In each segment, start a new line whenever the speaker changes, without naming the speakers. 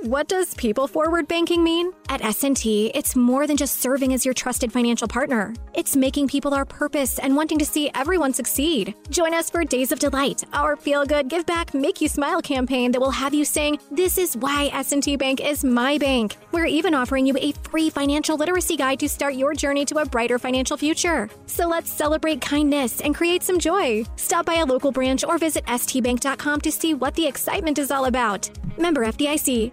What does people forward banking mean?
At S&T, it's more than just serving as your trusted financial partner. It's making people our purpose and wanting to see everyone succeed. Join us for Days of Delight, our feel-good, give-back, make-you-smile campaign that will have you saying, this is why S&T Bank is my bank. We're even offering you a free financial literacy guide to start your journey to a brighter financial future. So let's celebrate kindness and create some joy. Stop by a local branch or visit stbank.com to see what the excitement is all about. Member FDIC.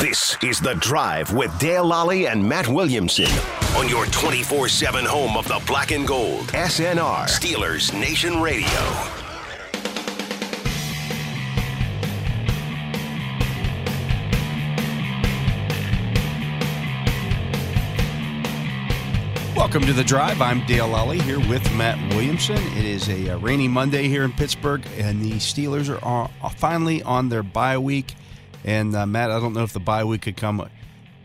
This is The Drive with Dale Lally and Matt Williamson on your 24 7 home of the black and gold. SNR. Steelers Nation Radio.
Welcome to the drive. I'm Dale Lally here with Matt Williamson. It is a uh, rainy Monday here in Pittsburgh, and the Steelers are on, are finally on their bye week. And uh, Matt, I don't know if the bye week could come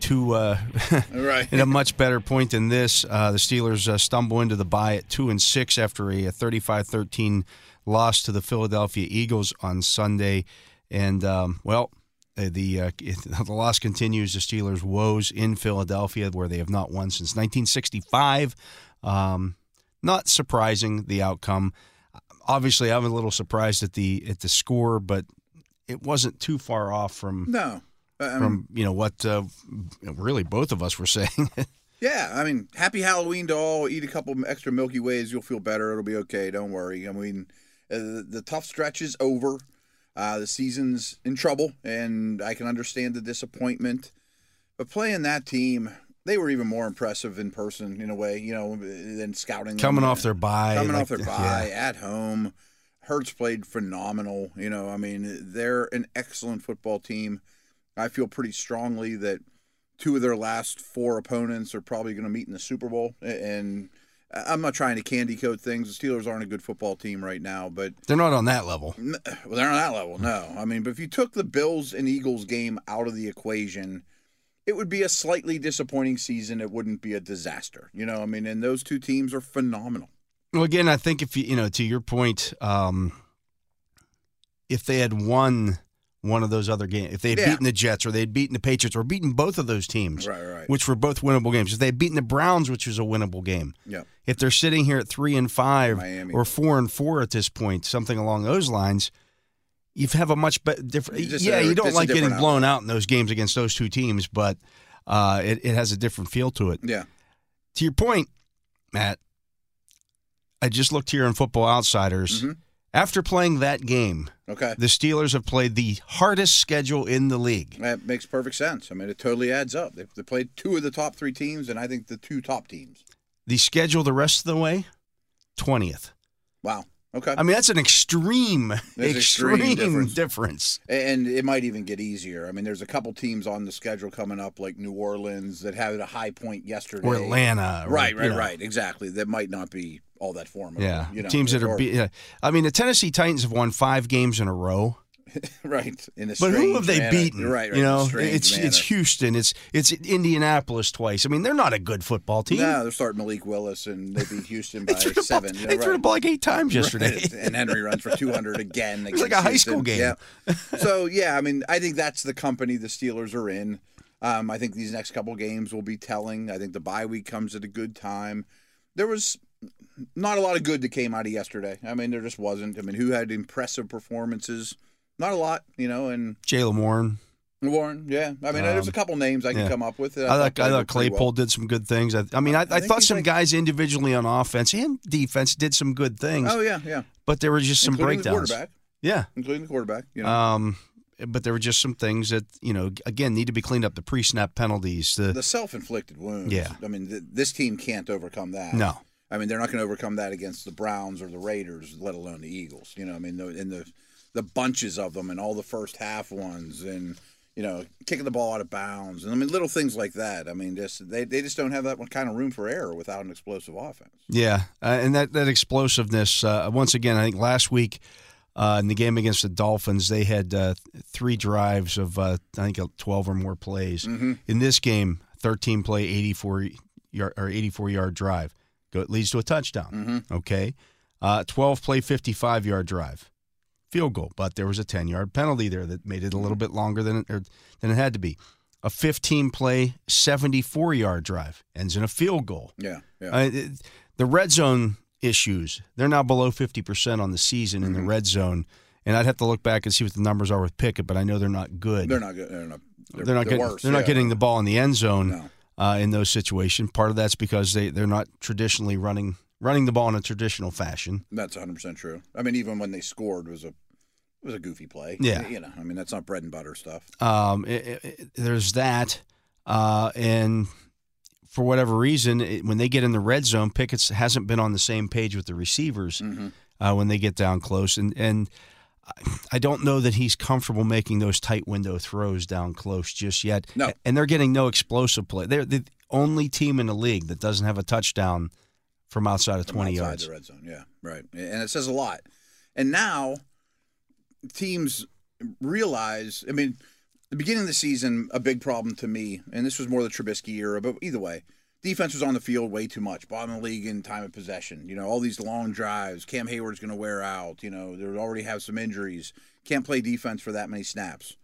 to uh,
Right.
in a much better point than this. Uh, the Steelers uh, stumble into the bye at two and six after a 35 13 loss to the Philadelphia Eagles on Sunday. And, um, well, uh, the uh, the loss continues. The Steelers' woes in Philadelphia, where they have not won since 1965. Um, not surprising the outcome. Obviously, I'm a little surprised at the at the score, but it wasn't too far off from
No. I I mean,
from you know what uh, really both of us were saying.
yeah, I mean, happy Halloween to all. Eat a couple extra Milky Ways. You'll feel better. It'll be okay. Don't worry. I mean, uh, the, the tough stretch is over. Uh, the season's in trouble, and I can understand the disappointment. But playing that team, they were even more impressive in person, in a way, you know, than scouting. them.
coming off their bye,
coming off
like,
their bye at home. Hertz played phenomenal. You know, I mean, they're an excellent football team. I feel pretty strongly that two of their last four opponents are probably going to meet in the Super Bowl. A- And I- I'm not trying to candy coat things. The Steelers aren't a good football team right now, but
They're not on that level.
N- Well, they're on that level, no. I mean, but if you took the Bills and Eagles game out of the equation, it would be a slightly disappointing season. It wouldn't be a disaster, you know. I mean, and those two teams are phenomenal.
Well, again, I think if you you know to your point, um, if they had won one of those other games, if they had
Yeah.
beaten the Jets or they had beaten the Patriots or beaten both of those teams,
Right, right.
which were both winnable games, if they had beaten the Browns, which was a winnable game,
Yeah.
if they're sitting here at three and five
Miami.
or four and four at this point, something along those lines, you have a much better. Different,
It's just
yeah,
a-
you don't
it's a
like getting
different
blown out in those games against those two teams, but uh, it, it has a different feel to it.
Yeah.
To your point, Matt, I just looked here on Football Outsiders.
Mm-hmm.
After playing that game,
Okay.
the Steelers have played the hardest schedule in the league.
That makes perfect sense. I mean, it totally adds up. They, they played two of the top three teams, and I think the two top teams.
The schedule the rest of the way, 20th.
Wow. Okay.
I mean, that's an extreme,
That's
extreme,
extreme
difference.
difference. and it might even get easier. I mean, there's a couple teams on the schedule coming up, like New Orleans, that had a high point yesterday.
Or Atlanta. or,
Right,
you
right,
know.
right. Exactly. That might not be all that formidable.
Yeah.
you know,
Teams that are,
or-
be, yeah. I mean, the Tennessee Titans have won five games in a row.
right in a
But who
strange
have they
manner.
beaten?
Right, right.
you
in a
know,
strange
it's it's
manner.
Houston, it's it's Indianapolis twice. I mean, they're not a good football team.
No, they're starting Malik Willis, and they beat Houston by
They threw, the ball,
seven. Yeah,
they threw the
right.
ball like eight times yesterday.
Right. and Henry runs for 200 again.
was like
against
a high school
Houston. Yeah. So yeah, I mean, I think that's the company the Steelers are in. Um, I think these next couple games will be telling. I think the bye week comes at a good time. There was not a lot of good that came out of yesterday. I mean, there just wasn't. I mean, who had impressive performances? Not a lot, you know. And
Jalen Warren.
Warren, yeah. I mean, there's a couple names I can
Um, yeah.
come up with. that
I thought, I
played
thought
pretty
Claypool
well.
did some good things. I, I mean, I, I,
think
thought
he's
some
like-
guys individually on offense and defense did some good things,
Oh yeah, yeah.
but there were just some
including the
breakdowns.
quarterback,
Yeah.
including the quarterback. You know,
Um, but there were just some things that you know again need to be cleaned up. The pre-snap penalties. The,
the self-inflicted wounds.
Yeah.
I mean, th- this team can't overcome that.
no.
I mean, they're not going to overcome that against the Browns or the Raiders, let alone the Eagles. You know, I mean, the, and the the bunches of them and all the first half ones and you know kicking the ball out of bounds and I mean little things like that. I mean just they, they just don't have that one kind of room for error without an explosive offense.
Yeah, uh, and that that explosiveness uh, once again. I think last week uh, in the game against the Dolphins, they had uh, three drives of uh, I think uh, twelve or more plays. In this game, thirteen play, eighty four yard or eighty four yard drive go it leads to a touchdown. Okay, uh, twelve play, fifty five yard drive, field goal, but there was a ten yard penalty there that made it a little bit longer than it, or, than it had to be. A 15 play, 74 yard drive ends in a field goal.
Yeah, yeah,
I it, the red zone issues, they're now below 50% on the season in
Mm-hmm.
the red zone. And I'd have to look back and see what the numbers are with Pickett, but I know they're not good.
they're not good. They're not. They're,
They're not
they're
getting,
worse,
they're not
yeah.
getting the ball in the end zone
No.
uh, in those situations. Part of that's because they, they're not traditionally running running the ball in a traditional fashion.
That's 100 percent true. I mean, even when they scored was a it was a goofy play.
Yeah.
you know, I mean that's not bread and butter stuff.
Um, it- it- it- there's that. Uh, and for whatever reason, it, when they get in the red zone, Pickett hasn't been on the same page with the receivers
Mm-hmm.
uh, when they get down close. And, and I- I don't know that he's comfortable making those tight window throws down close just yet.
No.
And they're getting no explosive play. They're the only team in the league that doesn't have a touchdown from outside of
from
20
outside
yards.
the red zone. Yeah, right. And it says a lot. And now teams realize. I mean, the beginning of the season, a big problem to me, and this was more the Trubisky era, but either way, defense was on the field way too much, bottom of the league in time of possession. You know, all these long drives. Cam Hayward's going to wear out. You know, they already have some injuries. Can't play defense for that many snaps.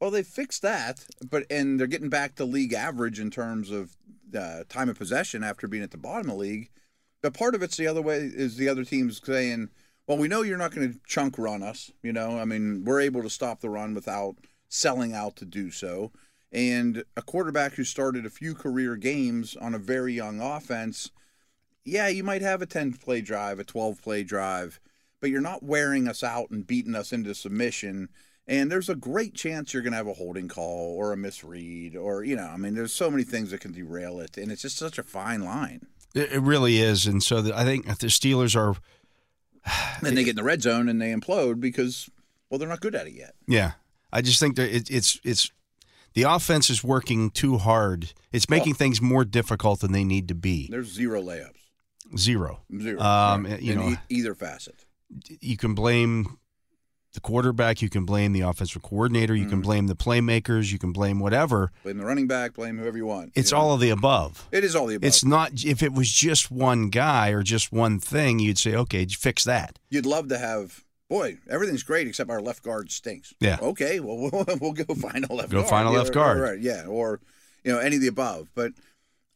Well, they fixed that, but and they're getting back to league average in terms of uh, time of possession after being at the bottom of the league. But part of it's the other way is the other teams saying, "Well, we know you're not going to chunk run us. You know, I mean, we're able to stop the run without selling out to do so." And a quarterback who started a few career games on a very young offense, yeah, you might have a 10 play drive, a 12 play drive, but you're not wearing us out and beating us into submission. And there's a great chance you're going to have a holding call or a misread, or, you know, I mean, there's so many things that can derail it. And it's just such a fine line.
It, it really is. And so the, I think the Steelers are,
Then they get in the red zone and they implode because, well, they're not good at it yet.
yeah, I just think that it, it's, it's, the offense is working too hard. It's making things more difficult than they need to be.
There's zero layups.
Zero.
Zero.
Um,
Right.
you
in
know-
e- either facet.
you can blame the quarterback, you can blame the offensive coordinator, you can
Mm-hmm.
blame the playmakers, you can blame whatever.
Blame the running back, blame whoever you want.
It's
you know?
all of the above.
It is all the above.
It's not if it was just one guy or just one thing, you'd say, okay, fix that.
You'd love to have. Boy, everything's great except our left guard stinks.
Yeah.
Okay, well, we'll, we'll go find a left
Go
guard.
find a
Yeah,
left
or-
guard.
Right, yeah, or, you know, any of the above. But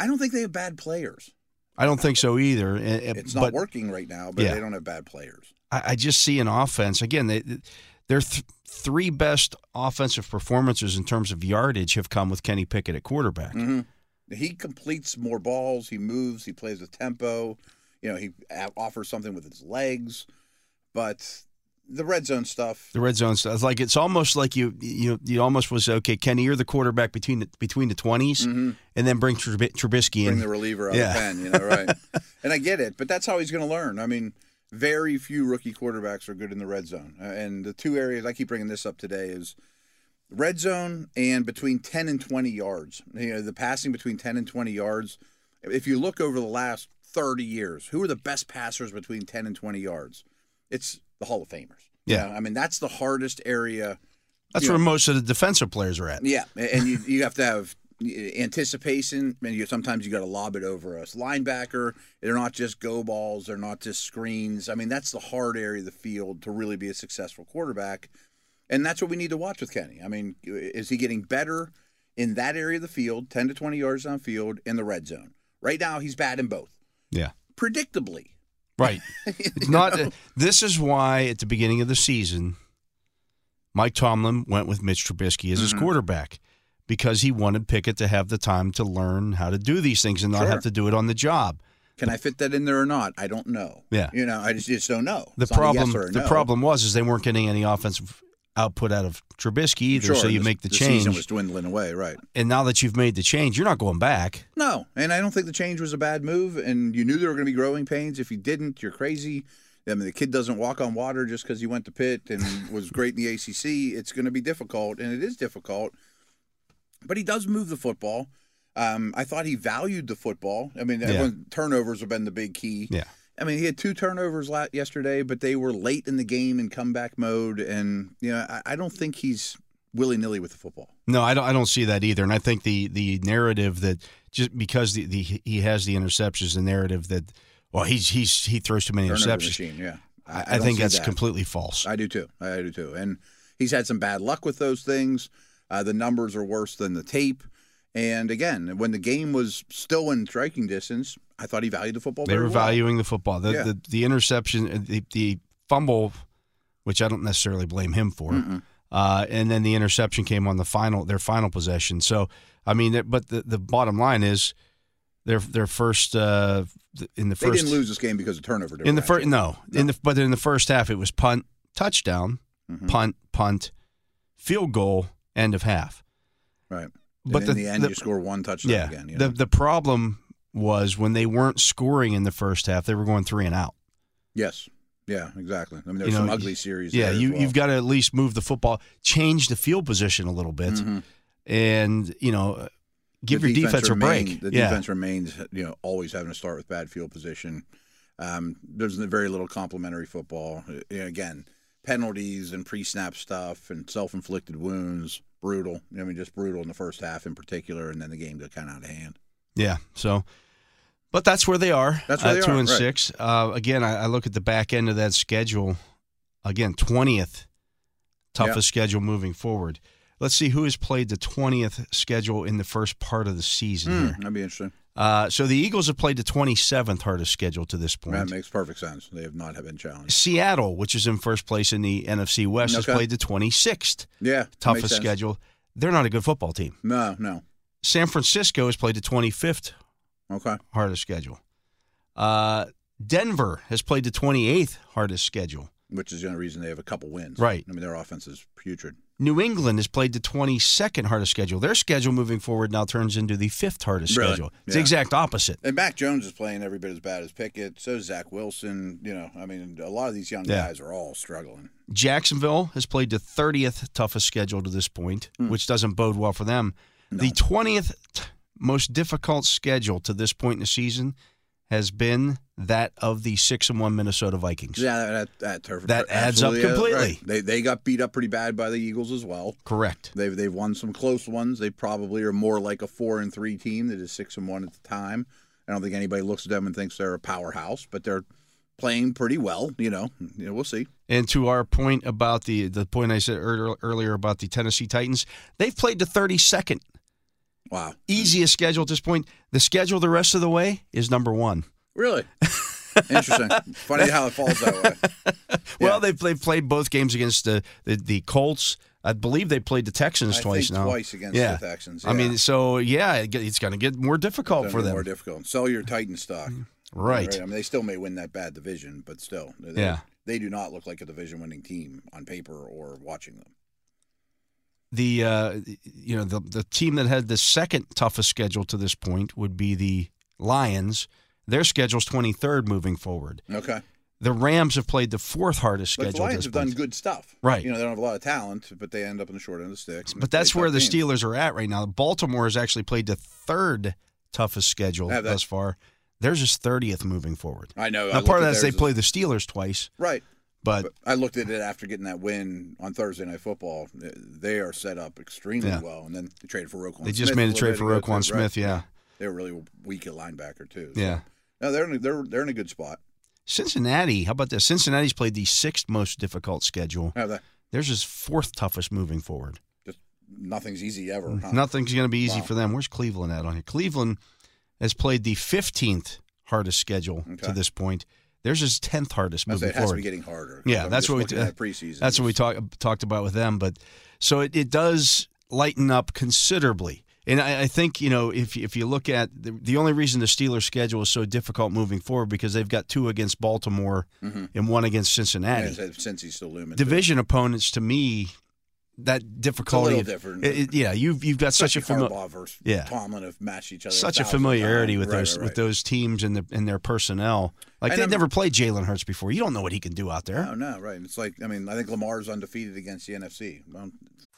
I don't think they have bad players.
I don't think so either. eh, eh,
It's not
but
working right now, but
Yeah.
they don't have bad players.
I, I just see an offense again. They, their th- three best offensive performances in terms of yardage have come with Kenny Pickett at quarterback.
Mm-hmm. He completes more balls. He moves. He plays with tempo. You know, he a- offers something with his legs. But the red zone stuff,
The red zone stuff. It's like it's almost like you you you almost was okay. Kenny, you're the quarterback between the between the 20s and then bring Trubi- Trubisky
Mm-hmm. bring
in.
the reliever out
Yeah.
of pen. You know, right? and I get it, but that's how he's going to learn. I mean, very few rookie quarterbacks are good in the red zone. Uh, And the two areas I keep bringing this up today is red zone and between 10 and 20 yards. You know, the passing between 10 and 20 yards. If you look over the last 30 years, who are the best passers between 10 and 20 yards? It's the Hall of Famers. You
Yeah.
know, I mean, that's the hardest area.
That's
yeah.
where most of the defensive players are at.
Yeah, a- and you, you have to have anticipation, and you sometimes you got to lob it over us. Linebacker, they're not just go balls, they're not just screens. I mean, that's the hard area of the field to really be a successful quarterback, and that's what we need to watch with Kenny. I mean, is he getting better in that area of the field, ten to twenty yards downfield in the red zone? Right now, he's bad in both.
Yeah.
Predictably,
Right. It's not. This is why at the beginning of the season, Mike Tomlin went with Mitch Trubisky as his
Mm-hmm.
quarterback because he wanted Pickett to have the time to learn how to do these things and not
Sure.
have to do it on the job.
can I fit that in there or not? I don't know.
Yeah.
you know, I just, just don't know.
The
It's not a yes
problem,
or a
the
no.
problem was, is they weren't getting any offensive output out of Trubisky either.
Sure,
so you
this-
make the,
season
change,
was dwindling away, right?
and now that you've made the change, you're not going back.
No, and I don't think the change was a bad move. And you knew there were going to be growing pains. If you didn't, you're crazy. I mean, the kid doesn't walk on water just because he went to Pitt and was great in the ACC. It's going to be difficult, and it is difficult. But he does move the football. Um, I thought he valued the football. I mean, everyone- turnovers have been the big key.
Yeah.
I mean, he had two turnovers la- yesterday, but they were late in the game in comeback mode, and you know, I, I don't think he's willy nilly with the football.
No, I don't. I don't see that either. And I think the the narrative that just because the, the he has the interceptions, the narrative that well he's he's he throws too many
Turnover
interceptions.
machine, yeah.
I, I
don't
think
see
that's
that.
completely false.
I do too. I do too. And he's had some bad luck with those things. Uh, the numbers are worse than the tape. And again, when the game was still in striking distance, I thought he valued the football.
they
very
were
well.
valuing the football. The,
Yeah.
the the interception, uh, the, the fumble, which I don't necessarily blame him for, uh, and then the interception came on the final their final possession. So I mean, it- but the, the bottom line is their their first uh, th- in the
They
first
didn't lose this game because of turnover.
in the
differential.
first no, in the but in the first half it was punt touchdown
Mm-hmm.
punt punt field goal end of half.
right.
but
But in
the-
the, end,
the-
you score one touchdown
Yeah,
again. You
the
know?
the problem was when they weren't scoring in the first half, they were going three and out.
yes. Yeah. Exactly. I mean, there's
you
some
know,
ugly series.
Yeah,
there as
you
well.
you've got to at least move the football, change the field position a little bit, and you know, give
Mm-hmm. The
your defense, a
remain-
break.
The
yeah,
defense remains, you know, always having to start with bad field position. Um, there's very little complimentary football. Uh, you know, again, penalties and pre-snap stuff and self-inflicted wounds, brutal. I mean, just brutal in the first half in particular, and then the game got kind of out of hand.
yeah. So, but that's where they are.
That's where
uh,
they
two
are,
and
right.
six. Uh, again, I, I look at the back end of that schedule. Again, twentieth toughest
Yeah.
schedule moving forward. Let's see who has played the twentieth schedule in the first part of the season
Hmm,
here.
that'd be interesting.
Uh, so the Eagles have played the twenty seventh hardest schedule to this point.
That makes perfect sense. They have not have been challenged.
Seattle, which is in first place in the NFC West, has
Okay.
played the 26th
Yeah, that makes
toughest
sense.
schedule. They're not a good football team.
No, no.
San Francisco has played the 25th
Okay.
hardest schedule. Uh, Denver has played the 28th hardest schedule.
Which is the only reason they have a couple wins.
Right.
I mean, their offense is putrid.
New England has played the 22nd hardest schedule. Their schedule moving forward now turns into the fifth hardest
Really?
schedule. It's the
Yeah.
exact opposite.
And Mac Jones is playing every bit as bad as Pickett. So is Zach Wilson. You know, I mean, a lot of these young
Yeah.
guys are all struggling.
Jacksonville has played the 30th toughest schedule to this point,
Hmm.
which doesn't bode well for them. The 20th t- most difficult schedule to this point in the season has been that of the 6 and 1 Minnesota Vikings.
Yeah, that that, turf,
That adds up
absolutely, uh, right.
completely.
They they got beat up pretty bad by the Eagles as well.
Correct.
They've they've won some close ones. They probably are more like a four and three team that is six and one at the time. I don't think anybody looks at them and thinks they're a powerhouse, but they're playing pretty well. You know, you know we'll see.
And to our point about the the point I said ear- earlier about the Tennessee Titans, they've played the 32nd
Wow,
easiest schedule at this point. The schedule the rest of the way is number 1.
really interesting. Funny how it falls that way.
Well,
Yeah.
they've, they've played both games against the, the, the Colts. I believe they played the Texans
I
twice
think
now.
twice against the Texans,
I
yeah.
mean, so yeah, it, it's going to get more difficult
It's
Oh, for
gonna be
them. Mm-hmm.
more difficult. Sell your Titan stock.
right.
I mean, they still may win that bad division, but still, they,
Yeah.
they do not look like a division-winning team on paper or watching them.
The uh, you know the the team that had the second toughest schedule to this point would be the Lions. Their schedule's 23rd moving forward.
Okay.
The Rams have played the fourth hardest
Like
schedule.
the Lions
to
have
this point.
done good stuff.
Right.
You know, they don't have a lot of talent, but they end up in the short end of the stick.
But that's where the
Steelers.
Steelers are at right now. Baltimore has actually played the third toughest schedule
Yeah, that-
thus far. They're just 30th moving forward.
I know. I
Now,
looked
part of
at
that is they
theirs as-
play the Steelers twice,
Right.
but,
But I looked at it after getting that win on Thursday Night Football. Uh, They are set up extremely
Yeah.
well, and then they traded for Roquan.
they just
Smith
made a
little
trade
bit
for
ago, too,
Roquan
right?
Smith. Yeah.
They're really weak at linebacker too. So,
Yeah.
No, they're in a, they're they're in a good spot.
Cincinnati, how about this? Cincinnati's played the sixth most difficult schedule.
Now, that-
Theirs is fourth toughest moving forward.
just nothing's easy ever. Huh?
Nothing's going to be easy
Wow.
for them. Where's Cleveland at on here? Cleveland has played the 15th hardest schedule to
Okay.
this point. Theirs is 10th hardest
I say
moving
it has to
forward.
be getting harder. 'cause
Yeah,
I'm
that's
just
what we-
looking at preseason.
That's what we
Just-
talk, talked about with them. But so it, it does lighten up considerably. And I, I think, you know, if, if you look at the, the only reason the Steelers' schedule is so difficult moving forward because they've got two against
Mm-hmm.
Baltimore and one against Cincinnati.
Yeah, since he's still looming. too.
Division opponents to me that difficulty.
It's a little different.
It- it- yeah, you've you've got such a
Especially
familiar.
Harbaugh versus
Yeah.
Tomlin have matched each other.
such a
thousand
familiarity
times.
with
Right,
those
right,
with
right.
those teams and the and their personnel. Like
And
they've
I'm-
never played Jalen Hurts before. You don't know what he can do out there.
Oh no, right? It's like I mean, I think Lamar's undefeated against the NFC. Well,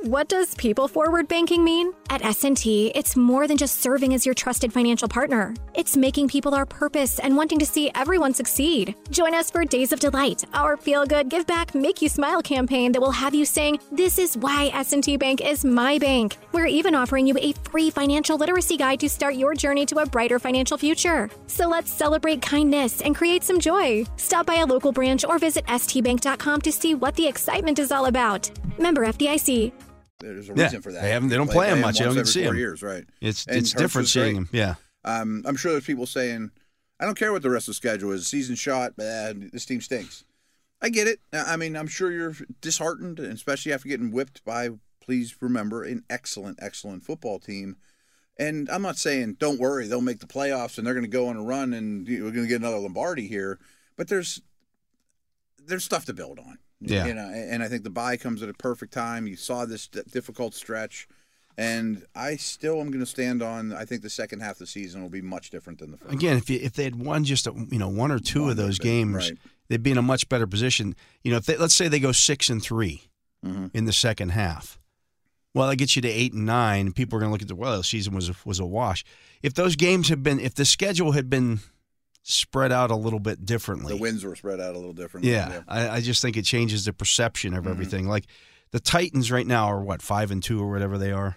What does people forward banking mean? At S&T, it's more than just serving as your trusted financial partner. It's making people our purpose and wanting to see everyone succeed. Join us for Days of Delight, our feel good, give back, make you smile campaign that will have you saying, "This is why S&T Bank is my bank." We're even offering you a free financial literacy guide to start your journey to a brighter financial future. So let's celebrate kindness and create some joy. Stop by a local branch or visit stbank.com to see what the excitement is all about. Member FDIC.
there's a
Yeah,
reason for that.
they haven't- they don't play him
him
much. You
once
don't
every
see
four
him.
Years, right?
It's
And
it's
Hurts
different
was great.
seeing him. Yeah.
Um, I'm sure there's people saying, I don't care what the rest of the schedule is. Season shot, blah, this team stinks. I get it. I I mean, I'm sure you're disheartened, and especially after getting whipped by, please remember, an excellent, excellent football team. And I'm not saying don't worry, they'll make the playoffs and they're going to go on a run and you- we're going to get another Lombardi here. But there's there's stuff to build on.
Yeah.
You know, and and I think the bye comes at a perfect time. You saw this d- difficult stretch. And I still am going to stand on. I think the second half of the season will be much different than the first.
Again, if you, if they had won just a, you know one or two
One
of those
bit,
games,
right.
they'd be in a much better position. You know, if they, let's say they go six and 3
Mhm.
in the second half. Well, that gets you to eight and nine. People are going to look at the well, the season was a, was a wash. If those games had been, if the schedule had been spread out a little bit differently,
The winds were spread out a little differently.
Yeah, I, I just think it changes the perception
Mm-hmm.
of everything. Like the Titans right now are what five and two or whatever they are.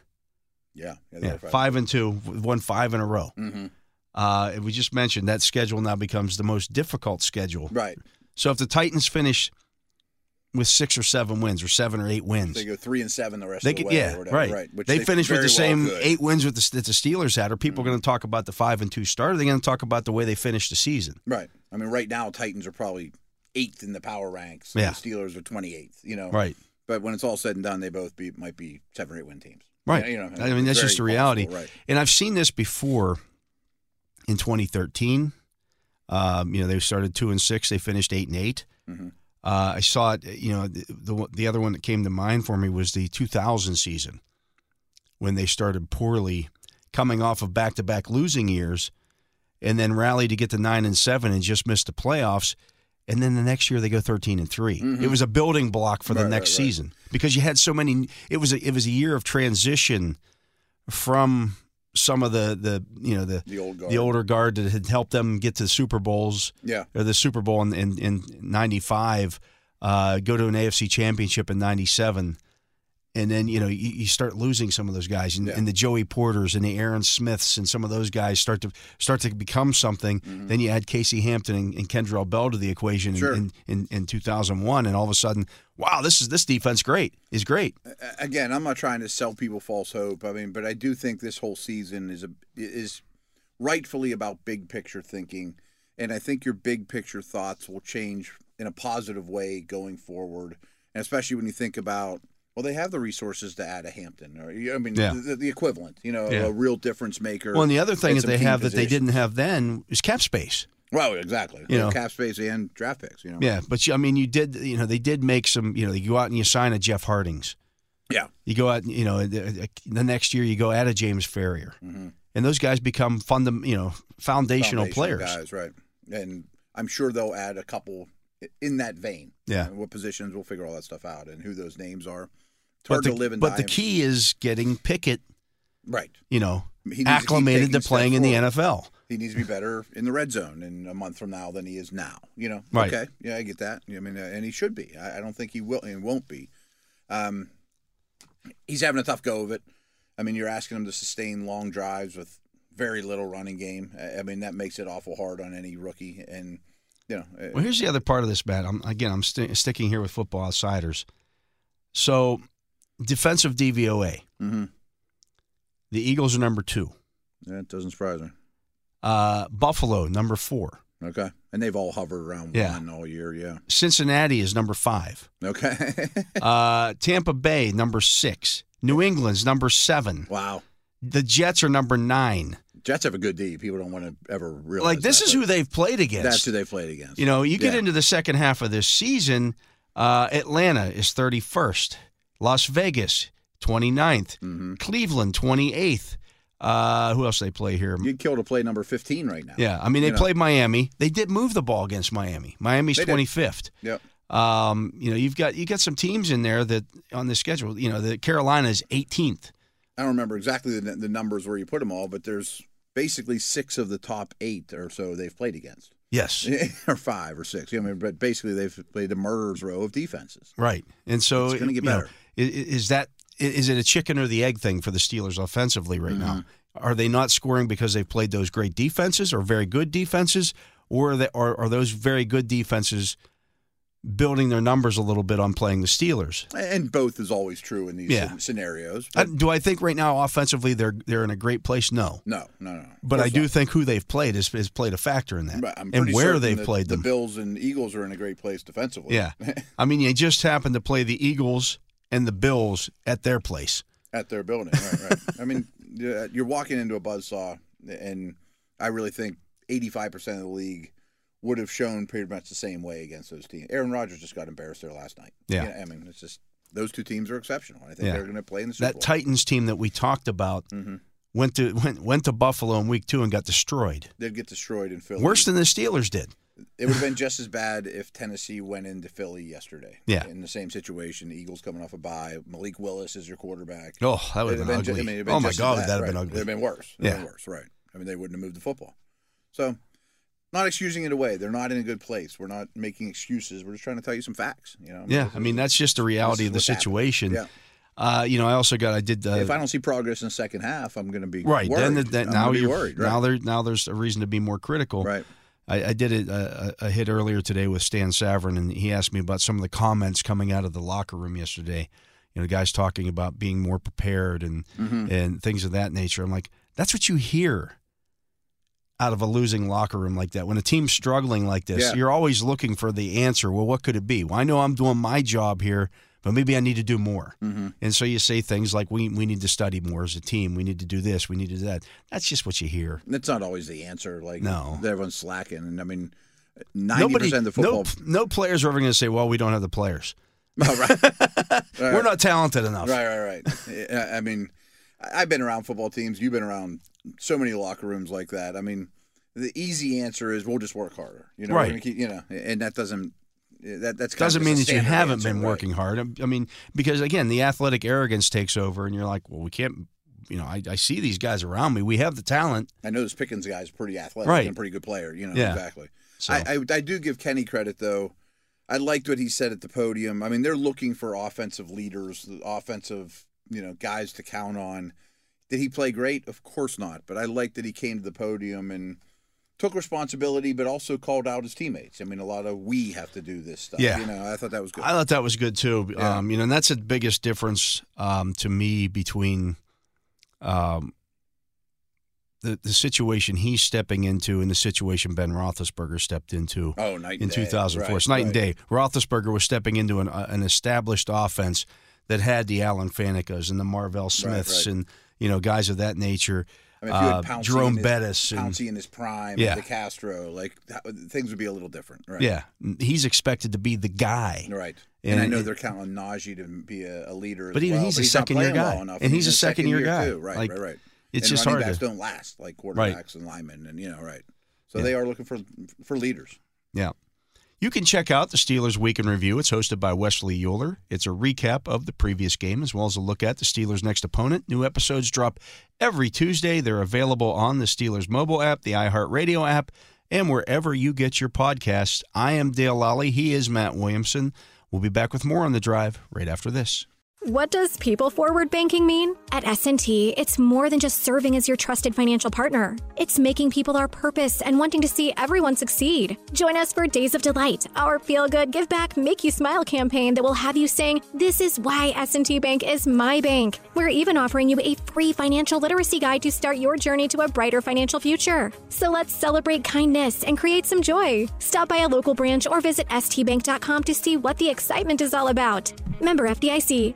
yeah, yeah.
Yeah, five and two, won five in a row.
Mm-hmm.
Uh, we just mentioned that schedule now becomes the most difficult schedule.
Right.
So if the Titans finish with six or seven wins, or seven or eight wins,
They go three and seven the rest
they
of the
could,
way.
yeah,
or whatever,
right.
Which
they, finish with
very
the same
well could. Mm-hmm.
eight wins with the, that the Steelers had. Are people going to talk about the five and two start? Are they going to talk about the way they finished the season?
Right. I mean, right now Titans are probably eighth in the power ranks.
Yeah.
The Steelers are twenty eighth. You know.
Right.
But when it's all said and done, they both be might be seven or eight win teams.
Right.
You know,
I mean, that's
very
just the reality.
possible, right.
And I've seen this before in 2013. Um, you know, they started two and six, they finished eight and 8
Mhm.
Uh, I saw it, you know, the, the, one- the other one that came to mind for me was the 2000 season when they started poorly, coming off of back to back losing years, and then rallied to get to nine and seven and just missed the playoffs. And then the next year they go 13 and 3 It was a building block for the
Mm-hmm. Right,
next
right, right.
season because you had so many. It was a, it was a year of transition from some of the the you know the
The old guard.
the older guard that had helped them get to the Super Bowls
Yeah.
or the Super Bowl in in, in '95, uh, go to an AFC Championship in '97, and then you know you, you start losing some of those guys, and,
Yeah.
and the Joey Porters and the Aaron Smiths and some of those guys start to start to become something. Then you add Casey Hampton and, and Kendrell Bell to the equation in-
Mm-hmm. Sure.
in, in, in 2001, and all of a sudden, wow, this is this defense great is great.
again, I'm not trying to sell people false hope. I mean, but I do think this whole season is a is rightfully about big picture thinking, and I think your big picture thoughts will change in a positive way going forward, and especially when you think about well, they have the resources to add a Hampton, or I mean,
Yeah.
the, the equivalent, you know,
Yeah.
a real difference maker.
Well, and the other thing
at
that
some
they
key
have that they
position.
didn't have then is cap space.
Well, exactly.
You know.
cap space and draft picks. You know.
Yeah, but you, I mean, you did. You know, they did make some. You know, you go out and you sign a Jeff Hardings.
Yeah.
You go out. and, You know, the, the next year you go at a James Ferrier, and those guys become fundam. You know, foundational, players.
Mm-hmm. guys, right? And I'm sure they'll add a couple in that vein.
Yeah.
And what positions we'll figure all that stuff out and who those names are. It's
But
hard
the,
to live and
but
die
the
in-
key is getting Pickett.
right?
You know,
He needs to keep
acclimated
taking
to,
steps
playing in the
forward.
NFL.
He needs to be better in the red zone in a month from now than he is now. You know,
Right.
Okay, yeah, I get that. I mean, uh, and he should be. I, I don't think he will and won't be. Um, he's having a tough go of it. I mean, you're asking him to sustain long drives with very little running game. I, I mean, that makes it awful hard on any rookie. And you know, uh,
Well, here's the other part of this, Matt. I'm, again, I'm sti sticking here with football outsiders. So, defensive DVOA.
mhm.
The Eagles are number two.
That doesn't surprise me.
Uh, Buffalo number four.
Okay. And they've all hovered around
Yeah.
one all year. Yeah.
Cincinnati is number five.
Okay.
Uh, Tampa Bay, number six. New England's number seven.
wow.
The Jets are number nine.
Jets have a good D. People don't want to ever realize.
Like, this
is
is who they've played against.
That's who they played against.
you know, you get
Yeah.
into the second half of this season, uh, Atlanta is 31st. Las Vegas, 29th.
Mm-hmm.
Cleveland, 28th. Uh, who else they play here?
You'd kill to play number 15 right now.
Yeah, I mean, they
You know.
played Miami. They did move the ball against Miami. Miami's
They did.
25th.
Yep.
Um, you know, you've got you got some teams in there that on the schedule. You know, the Carolina is 18th.
I don't remember exactly the, the numbers where you put them all, but there's basically six of the top eight or so they've played against,
Yes,
or five or six. I mean, but basically they've played a murderer's row of defenses.
right. And so
It's gonna get
you know,
better.
i- i- is that i- is it a chicken or the egg thing for the Steelers offensively right now?
Mm-hmm.
Are they not scoring because they've played those great defenses or very good defenses, or are, they, are are those very good defenses building their numbers a little bit on playing the Steelers?
And both is always true in these
Yeah.
scenarios.
I,
but
do I think right now offensively they're they're in a great place? No,
no, no, no.
but I do think who they've played has, has played a factor in that,
But I'm
and
pretty
where
certain
they've
that
played them.
The Bills and Eagles are in a great place defensively.
yeah, I mean you just happened to play the Eagles and the Bills at their place.
at their building. Right, right. I mean, yeah, you're walking into a buzzsaw, and I really think 85% of the league would have shown pretty much the same way against those teams. Aaron Rodgers just got embarrassed there last night.
Yeah.
I mean, it's just those two teams are exceptional. and I think
Yeah.
they're going to play in the Super
That
Bowl.
Titans team that we talked about
Mm-hmm.
went to went went to Buffalo in week two and got destroyed,
They'd get destroyed in Philly.
worse than the Steelers did.
it would have been just as bad if Tennessee went into Philly yesterday.
Yeah.
In the same situation, the Eagles coming off a bye. Malik Willis is your quarterback.
Oh, that would
It'd
have been,
have ju- I
ugly.
mean, it'd been
oh my
just as
God,
bad,
that'd have
right.
been
It'd
ugly.
have been worse. It'd have been
Yeah.
worse, right. I mean, they wouldn't have moved the football. So, not excusing it away. They're not in a good place. We're not making excuses. We're just trying to tell you some facts. You know.
yeah,
This
I
is-
mean that's just the reality
is
of the
what's happening.
situation.
Yeah.
Uh, you know, I also got I did uh,
if I don't see progress in the second half, I'm going to be
right
Worried.
then. The, then
I'm
now
gonna be
you're
worried. Right.
now there now there's a reason to be more critical.
right.
I, I did a, a, a hit earlier today with Stan Saverin, and he asked me about some of the comments coming out of the locker room yesterday. You know, guys talking about being more prepared and and things of that nature. I'm like, that's what you hear out of a losing locker room like that. When a team's struggling like this,
Yeah.
you're always looking for the answer. Well, what could it be? Well, I know I'm doing my job here, but maybe I need to do more. And so you say things like, we, we need to study more as a team. We need to do this. We need to do that. That's just what you hear.
That's not always the answer. Like
No.
everyone's slacking, and I mean, ninety percent of the
no,
football.
no players are ever going to say, "Well, we don't have the players.
Oh, right. Right.
We're not talented enough."
Right, right, right. I- I mean, I- I've been around football teams. You've been around so many locker rooms like that. I mean, the easy answer is we'll just work harder. You know, we're
Right.
gonna keep, you know, and that doesn't that that's kind of
Doesn't
just
mean
a
that you
standard
haven't
answer,
been
right.
working hard. I- I mean, because again, the athletic arrogance takes over, and you're like, "Well, we can't." You know, I, I see these guys around me. We have the talent.
I know this Pickens guy's pretty athletic
Right.
and a pretty good player. You know,
Yeah.
exactly.
So-
I, I I do give Kenny credit though. I liked what he said at the podium. I mean, they're looking for offensive leaders, offensive you know guys to count on. Did he play great? Of course not. But I liked that he came to the podium and took responsibility, but also called out his teammates. I mean, a lot of we have to do this stuff.
Yeah.
you know, I thought that was good.
I thought that was good too.
Yeah.
Um, you know, and that's the biggest difference um, to me between um, the the situation he's stepping into and the situation Ben Roethlisberger stepped into.
oh, night and
in
day.
2004.
Right,
it's night and day.
right.
Roethlisberger was stepping into an, uh, an established offense that had the Allen Fanekas and the Marvell Smiths
right.
and you know guys of that nature.
I mean, if you had
uh,
Pouncey
Jerome
in his,
Bettis and-
Pouncey in his prime,
Yeah.
De Castro, like that, things would be a little different, right?
Yeah, he's expected to be the guy.
Right.
And
And, I know
it-
they're counting on Najee to be a, a leader, as
But even
well,
he's a
not
second-year
playing well
guy.
enough,
And he's a second-year guy.
too. Right,
Like,
right, right.
it's
and
just
running
hard
backs
to-
don't last like quarterbacks
Right.
and linemen, and you know, right. So they are looking for for leaders.
Yeah. You can check out the Steelers Week in Review. It's hosted by Wesley Euler. It's a recap of the previous game as well as a look at the Steelers' next opponent. New episodes drop every Tuesday. They're available on the Steelers mobile app, the iHeartRadio app, and wherever you get your podcasts. I am Dale Lally. He is Matt Williamson. We'll be back with more on the drive right after this.
What does people forward banking mean?
At S&T, it's more than just serving as your trusted financial partner. It's making people our purpose and wanting to see everyone succeed. Join us for Days of Delight, our feel-good, give-back, make-you-smile campaign that will have you saying, this is why S&T Bank is my bank. We're even offering you a free financial literacy guide to start your journey to a brighter financial future. So let's celebrate kindness and create some joy. Stop by a local branch or visit stbank.com to see what the excitement is all about. Member FDIC.